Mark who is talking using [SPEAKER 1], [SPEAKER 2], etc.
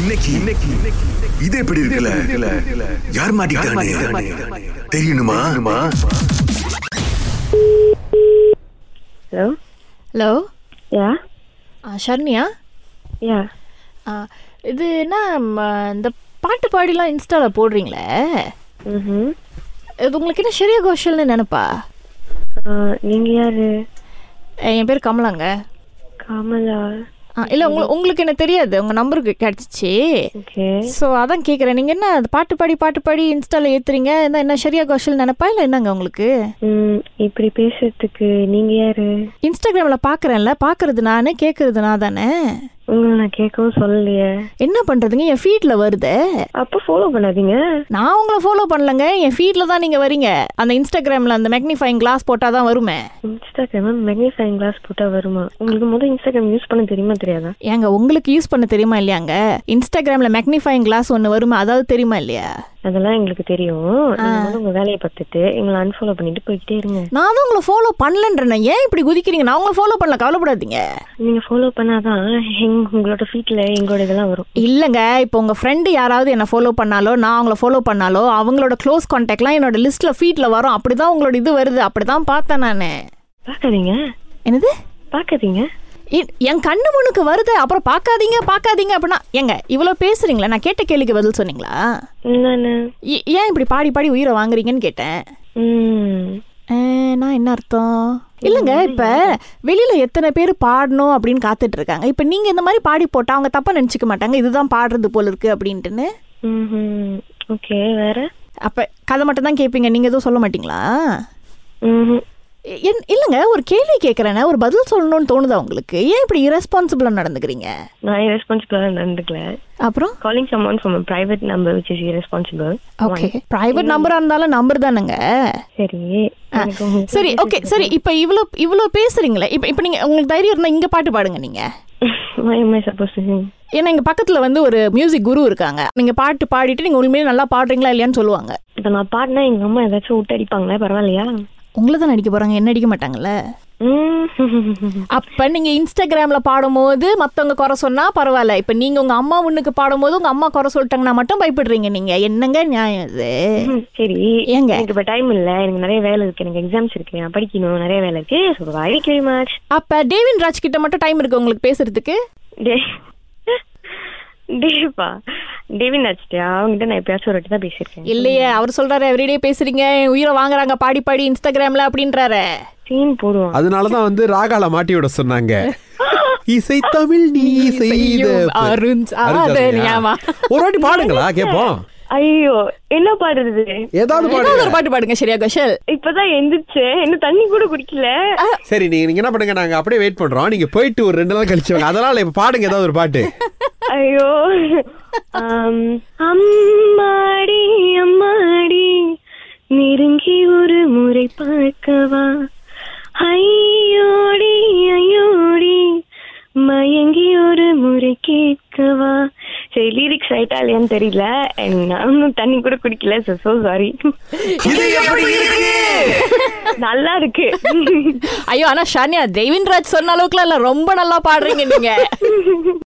[SPEAKER 1] இன்னைக்கு இன்னைக்கு இது எப்படி இருக்குல்ல யார் மாட்டிக்கிட்டானே தெரியணுமா
[SPEAKER 2] hello
[SPEAKER 3] hello
[SPEAKER 2] yeah
[SPEAKER 3] ah, Sharniya
[SPEAKER 2] yeah
[SPEAKER 3] ஆ, இது என்ன ம, இந்த பாட்டு பாடிலாம் இன்ஸ்டாவில் போடுறீங்களே
[SPEAKER 2] ம்
[SPEAKER 3] இது உங்களுக்கு என்ன ஷெரியா கோஷல்னு நினைப்பா
[SPEAKER 2] நீங்கள் Uh, யாரு
[SPEAKER 3] அஹ், என் பேர் கமலாங்க
[SPEAKER 2] கமலா
[SPEAKER 3] ஆ, இல்ல உங்க உங்களுக்கு என்ன தெரியாது உங்க நம்பருக்கு கிடைச்சிச்சு
[SPEAKER 2] ஓகே
[SPEAKER 3] ஸோ அதான் கேட்குறேன் நீங்கள் என்ன அது பாட்டு பாடி பாட்டு பாடி இன்ஸ்டாவில் ஏற்றுறீங்க என்ன என்ன ஷெரியா கோஷல் நினைப்பா இல்லை என்னங்க உங்களுக்கு
[SPEAKER 2] ம் இப்படி பேசுறதுக்கு நீங்கள் யாரு
[SPEAKER 3] இன்ஸ்டாகிராமில் பார்க்குறேன்ல பார்க்குறது நான் கேட்குறது நான் தானே
[SPEAKER 2] உங்களை நான் கேட்கவும் சொல்லலையே
[SPEAKER 3] என்ன பண்ணுறதுங்க என் ஃபீட்டில் வருதே
[SPEAKER 2] அப்போ ஃபாலோ பண்ணாதீங்க
[SPEAKER 3] நான் உங்களை ஃபாலோ பண்ணலங்க என் ஃபீடில் தான் நீங்கள் வரீங்க அந்த இன்ஸ்டாகிராமில் அந்த மேக்னிஃபைங் கிளாஸ் போட்டால் தான் வருமே
[SPEAKER 2] இன்ஸ்டாகிராம் மேக்னிஃபைங் கிளாஸ் போட்டால் வருமா உங்களுக்கு முதல் இன்ஸ்டாகிராம் யூஸ் பண்ண தெரியுமா தெரியாதா
[SPEAKER 3] ஏங்க உங்களுக்கு யூஸ் பண்ண தெரியுமா இல்லையாங்க இன்ஸ்டாகிராமில் மேக்னிஃபைங் கிளாஸ் ஒன்று வருமா அதாவது தெரியுமா இல்லையா
[SPEAKER 2] அதெல்லாம் எங்களுக்கு தெரியும் நீங்க வந்து உங்கள் வேலையை பார்த்துட்டு எங்களை அன்ஃபாலோ பண்ணிட்டு போய்கிட்டே இருங்க
[SPEAKER 3] நான் தான் உங்களை ஃபாலோ பண்ணலன்றேன் ஏன் இப்படி குதிக்கிறீங்க நான் உங்களை ஃபாலோ பண்ணல கவலைப்படாதீங்க
[SPEAKER 2] நீங்கள் ஃபாலோ பண்ணாதான் எங் உங்களோட ஃபீட்டில் எங்களோட இதெல்லாம் வரும்
[SPEAKER 3] இல்லைங்க இப்போ உங்கள் ஃப்ரெண்டு யாராவது என்னை ஃபாலோ பண்ணாலோ நான் அவங்கள ஃபாலோ பண்ணாலோ அவங்களோட க்ளோஸ் கான்டாக்ட்லாம் என்னோட லிஸ்ட்டில் ஃபீட்டில் வரும் அப்படி தான் உங்களோட இது வருது அப்படி தான் பார்த்தேன் நான்
[SPEAKER 2] பார்க்காதீங்க
[SPEAKER 3] என்னது
[SPEAKER 2] பார்க்காதீங்க
[SPEAKER 3] இ- என் கண்ணு முன்னுக்கு வருது அப்புறம் பார்க்காதீங்க பார்க்காதீங்க அப்படின்னா ஏங்க இவ்வளோ பேசுறீங்களா நான் கேட்ட கேள்விக்கு பதில் சொன்னீங்களா
[SPEAKER 2] நான்
[SPEAKER 3] ஏ- ஏன் இப்படி பாடி பாடி உயிரை வாங்குறீங்கன்னு கேட்டேன்
[SPEAKER 2] ம்
[SPEAKER 3] அஹ், நான் என்ன அர்த்தம் இல்லைங்க இப்போ வெளியில் எத்தனை பேர் பாடணும் அப்படின்னு காத்துட்டு இருக்காங்க இப்போ நீங்கள் இந்த மாதிரி பாடி போட்டால் அவங்க தப்பாக நினச்சிக்க மாட்டாங்க இதுதான் பாடுறது போல இருக்கு அப்படின்ட்டுன்னு
[SPEAKER 2] ம்ஹும். ஓகே வேற
[SPEAKER 3] அப்போ கதை மட்டும் தான் கேட்பீங்க நீங்கள் எதுவும் சொல்ல மாட்டீங்களா
[SPEAKER 2] ம்ஹும்.
[SPEAKER 3] எ- என் இல்லைங்க ஒரு கேள்வி கேட்குறேன்னா ஒரு பதில் சொல்லணும்னு தோணுதா உங்களுக்கு ஏன் இப்படி இரஸ்பான்சிபிளாக நடந்துக்கிறீங்க
[SPEAKER 2] நான் irresponsible-ஆ நடந்துக்கல
[SPEAKER 3] அப்புறம்
[SPEAKER 2] calling someone from a private number which is irresponsible
[SPEAKER 3] okay private நம்பராக இருந்தாலும் நம்பர் தானேங்க
[SPEAKER 2] சரி எனக்கு உங்களுக்கு-
[SPEAKER 3] சரி ஓகே சரி இப்போ இவ்வளோ இவ்வளோ பேசுகிறீங்களே இப்போ இப்போ நீங்கள் உங்களுக்கு தைரியம் இருந்தால் இங்கே பாட்டு பாடுங்க நீங்கள்
[SPEAKER 2] Why am I supposed to sing?
[SPEAKER 3] ஏன்னா எங்க பக்கத்துல வந்து ஒரு மியூசிக் குரு இருக்காங்க நீங்க பாட்டு பாடிட்டு நீங்க உண்மையிலே நல்லா பாடுறீங்களா இல்லையான்னு சொல்லுவாங்க
[SPEAKER 2] இப்ப நான் பாடினா எங்க அம்மா ஏதாச்சும் விட்டு அடிப்பாங்களா பரவாயில்லையா
[SPEAKER 3] உங்களை தான் அடிக்க போறாங்க என்ன அடிக்க மாட்டாங்கல்ல
[SPEAKER 2] ம்.
[SPEAKER 3] அப்ப நீங்க இன்ஸ்டாகிராம்ல பாடும்போது மத்தவங்க குறை சொன்னா பரவாயில்ல இப்ப நீங்க உங்க அம்மா முன்னுக்கு பாடும்போது உங்க அம்மா குறை சொல்லிட்டாங்கன்னா மட்டும் பயப்படுறீங்க நீங்க என்னங்க நியாயம் இது
[SPEAKER 2] சரி
[SPEAKER 3] ஏங்க?
[SPEAKER 2] எனக்கு இப்ப டைம் இல்ல எனக்கு நிறைய வேலை இருக்கு எனக்கு எக்ஸாம்ஸ் இருக்கு நான் படிக்கணும் நிறைய வேலை இருக்கு ஸோ வெரி வெரி மச்
[SPEAKER 3] அப்ப டேவின் ராஜ் கிட்ட மட்டும் டைம் இருக்கு உங்களுக்கு பேசுறதுக்கு
[SPEAKER 2] டே டேப்பா டேவின் ஆச்சுட்டியா அவங்ககிட்ட நான் எப்பயாச்சும் ஒரு வாட்டி தான் பேசியிருக்கேன்
[SPEAKER 3] இல்லையே அவர் சொல்றாரு எவ்ரிடே பேசுறீங்க என் உயிரை வாங்குறாங்க பாடி பாடி இன்ஸ்டாகிராம்ல அப்படின்றாரு
[SPEAKER 2] சீன் போடுவான்
[SPEAKER 4] அதனாலதான் வந்து ராகால மாட்டி விட சொன்னாங்க இசை தமிழ் நீ செய்த
[SPEAKER 3] செய்யும்
[SPEAKER 4] ப-
[SPEAKER 3] அருஞ்சாதனை. ஆமா.
[SPEAKER 4] ஒரு வாட்டி பாடுங்களா கேப்போம்
[SPEAKER 2] ஐயோ என்ன பாடுறது
[SPEAKER 4] ஏதாவது
[SPEAKER 3] ஏதாவது ஒரு
[SPEAKER 4] பாடுங்க
[SPEAKER 3] பாட்டு பாடுங்க சரியா கோஷல்
[SPEAKER 2] இப்பதான் எந்திரிச்சேன் என்ன தண்ணி கூட குடிக்கல
[SPEAKER 4] சரி நீங்க நீங்க என்ன பண்ணுங்க நாங்க அப்படியே வெயிட் பண்றோம் நீங்க போயிட்டு ஒரு ரெண்டு நாள் கழிச்சு வாங்க அதனால இப்ப பாடுங்க ஏதாவது ஒரு பாட்டு
[SPEAKER 2] ஐயோ ஆம், அம்மாடி அம்மாடி நெருங்கி ஒரு முறை பார்க்கவா ஐயோடி ஐயோடி மயங்கி ஒரு முறை கேட்கவா சரி லிரிக்ஸ் ஆயிட்டா இல்லையான்னு தெரியல and நான் இன்னும் தண்ணி கூட குடிக்கல சோ சாரி நல்லா இருக்கு
[SPEAKER 3] ஐயோ ஆனா ஷானியா தேவின் ராஜ் சொன்ன அளவுக்குலாம் இல்ல ரொம்ப நல்லா பாடுறீங்க நீங்க